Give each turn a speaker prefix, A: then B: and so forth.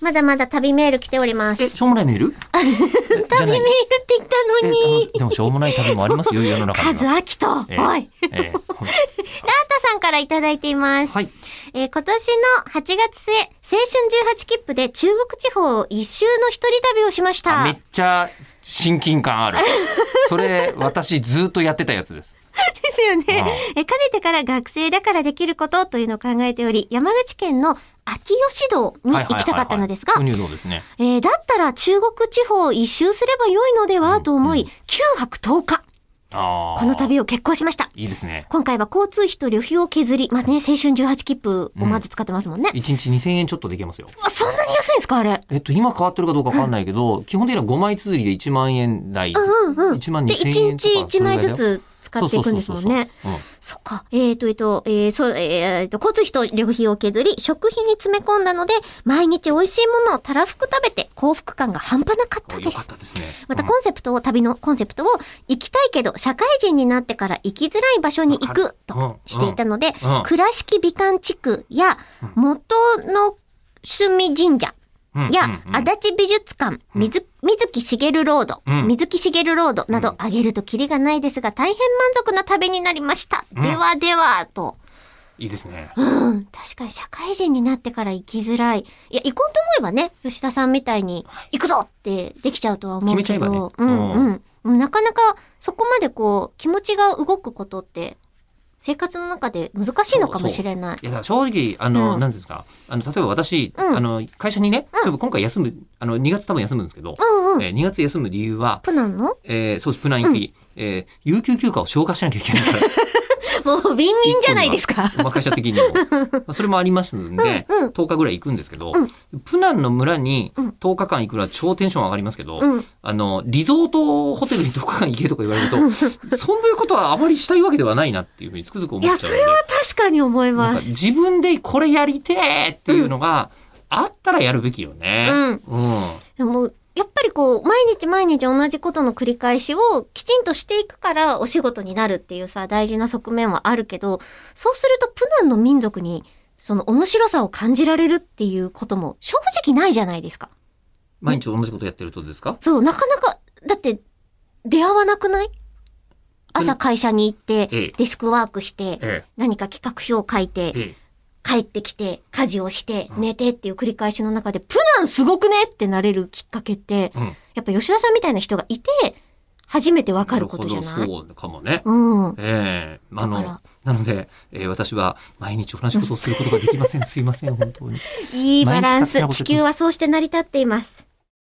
A: まだまだ旅メール来ております。旅
B: え、
A: メ
B: しょうもないメ ール旅
A: ールって言ったのに。
B: でもしょうもない旅もありま すよ、世の中には。
A: 数秋と、おい。
B: え
A: ラー
B: えええほん
A: タさんからいただいています。
B: はい。
A: えー今年の8月末、青春18切符で中国地方一周の一人旅をしまし
B: あめ
A: た
B: っ。ちゃ親近 感ある。それ、私ずっとやってたやつです。
A: ですよね。え
B: ああ
A: ー、かねてから学生だからできることというのを考えており、山口県の秋吉堂に行きたかったのですが
B: はい、はいはいはいそういうのですね。
A: えーだったら中国地方を一周すればよいのではと思い、9泊10日、
B: ああ。
A: この。旅を決行しました。
B: いいですね。
A: 今回は交通費と旅費を削り、まあね、青春18切符をまず使ってますもんね。
B: 一日2000円ちょっとできますよ。
A: あそんなに安いんですかあれ。
B: えっと、今変わってるかどうかわかんないけど、基本的には5枚綴りで1万円台。
A: うんうん。
B: 1万
A: で、
B: 2000
A: 1
B: 円と
A: 日
B: か。
A: 1枚ずつ使
B: それ
A: ってい
B: ぐ
A: く
B: ら
A: ん
B: いだよ
A: ですもんね。。
B: そうそうそうそううん
A: そっか。えっ、と、えっ、と、えーそう、えーと、交通費と旅費を削り、食費に詰め込んだので、毎日美味しいものをたらふく食べて、幸福感が半端なかった
B: あ
A: で
B: よ
A: す
B: かっ。たですね。
A: また
B: うん
A: コンセプトを、旅のコンセプトを、行きたいけど、社会人になってから行きづらい場所に行く、
B: わか
A: と
B: る
A: していたので
B: うんうん、
A: 倉敷美観地区や、元の隅神社
B: うんうん
A: や
B: う、ん
A: 足立美術館、水水木しげるロード、
B: うん
A: 水木しげるロードなど、挙げるとキリがないですが、大変満足な旅になりました。
B: うん
A: ではでは、と。
B: いいですね。
A: うん、確かに社会人になってから行きづらい。いや、行こうと思えばね、吉田さんみたいに、行くぞってできちゃうとは思うけど。
B: 決めちゃえばね
A: うんうん。なかなかそこまでこう、気持ちが動くことって、生活の中で難しいのかもしれない。
B: いや、だから正直、あの、
A: う
B: なんんていうんですか、あの、例えば私、
A: うん
B: あの、会社にね、そういえば今回休む、あの、2月多分休むんですけど、
A: うんうん。
B: えー2月休む理由は、
A: プナ ンの
B: えーそうです、プナン行き、えー有給休暇を消化しなきゃいけないから、
A: もう、ビンビンじゃないですか。
B: まあ会社的にも。まあそれもありますので、
A: うんうん
B: 10日ぐらい行くんですけど、
A: う
B: プナンの村に
A: うん
B: 10日間行くら超テンション上がりますけど、
A: うん
B: あの、リゾートホテルに10日間行けとか言われると、そんなことはあまりしたいわけではないなっていうふうにつくづく思っ
A: い
B: ち
A: や、
B: ゃうので。
A: それは確かに思い
B: なん
A: ま
B: か
A: す。
B: 自分でこれやりてーっていうのがあったらやるべきよね。うん。
A: でもやっぱりこう、毎日毎日同じことの繰り返しをきちんとしていくからお仕事になるっていうさ、大事な側面はあるけど、そうするとプナンの民族に、その面白さを感じられるっていうことも正直ないじゃないですか。
B: 毎日同じことやってるとですか
A: そう、なかなか、だって、出会わなくない朝会社に行って
B: ええ、
A: デスクワークして、
B: え
A: 何か企画書を書いて
B: え、ええ。
A: 帰ってきて、家事をして、寝てっていう繰り返しの中で、プナンすごくねってなれるきっかけって、
B: うん。
A: やっぱ吉田さんみたいな人がいて、初めてわかることじゃ
B: な
A: な
B: る
A: い
B: ほどそうかもね。
A: うん。
B: ええあ
A: だから
B: の、なので、えー私は毎日同じことをすることができません。すいません、本当に。
A: いいバランス
B: 毎日勝手な。こと
A: 地球はそうして成り立っています。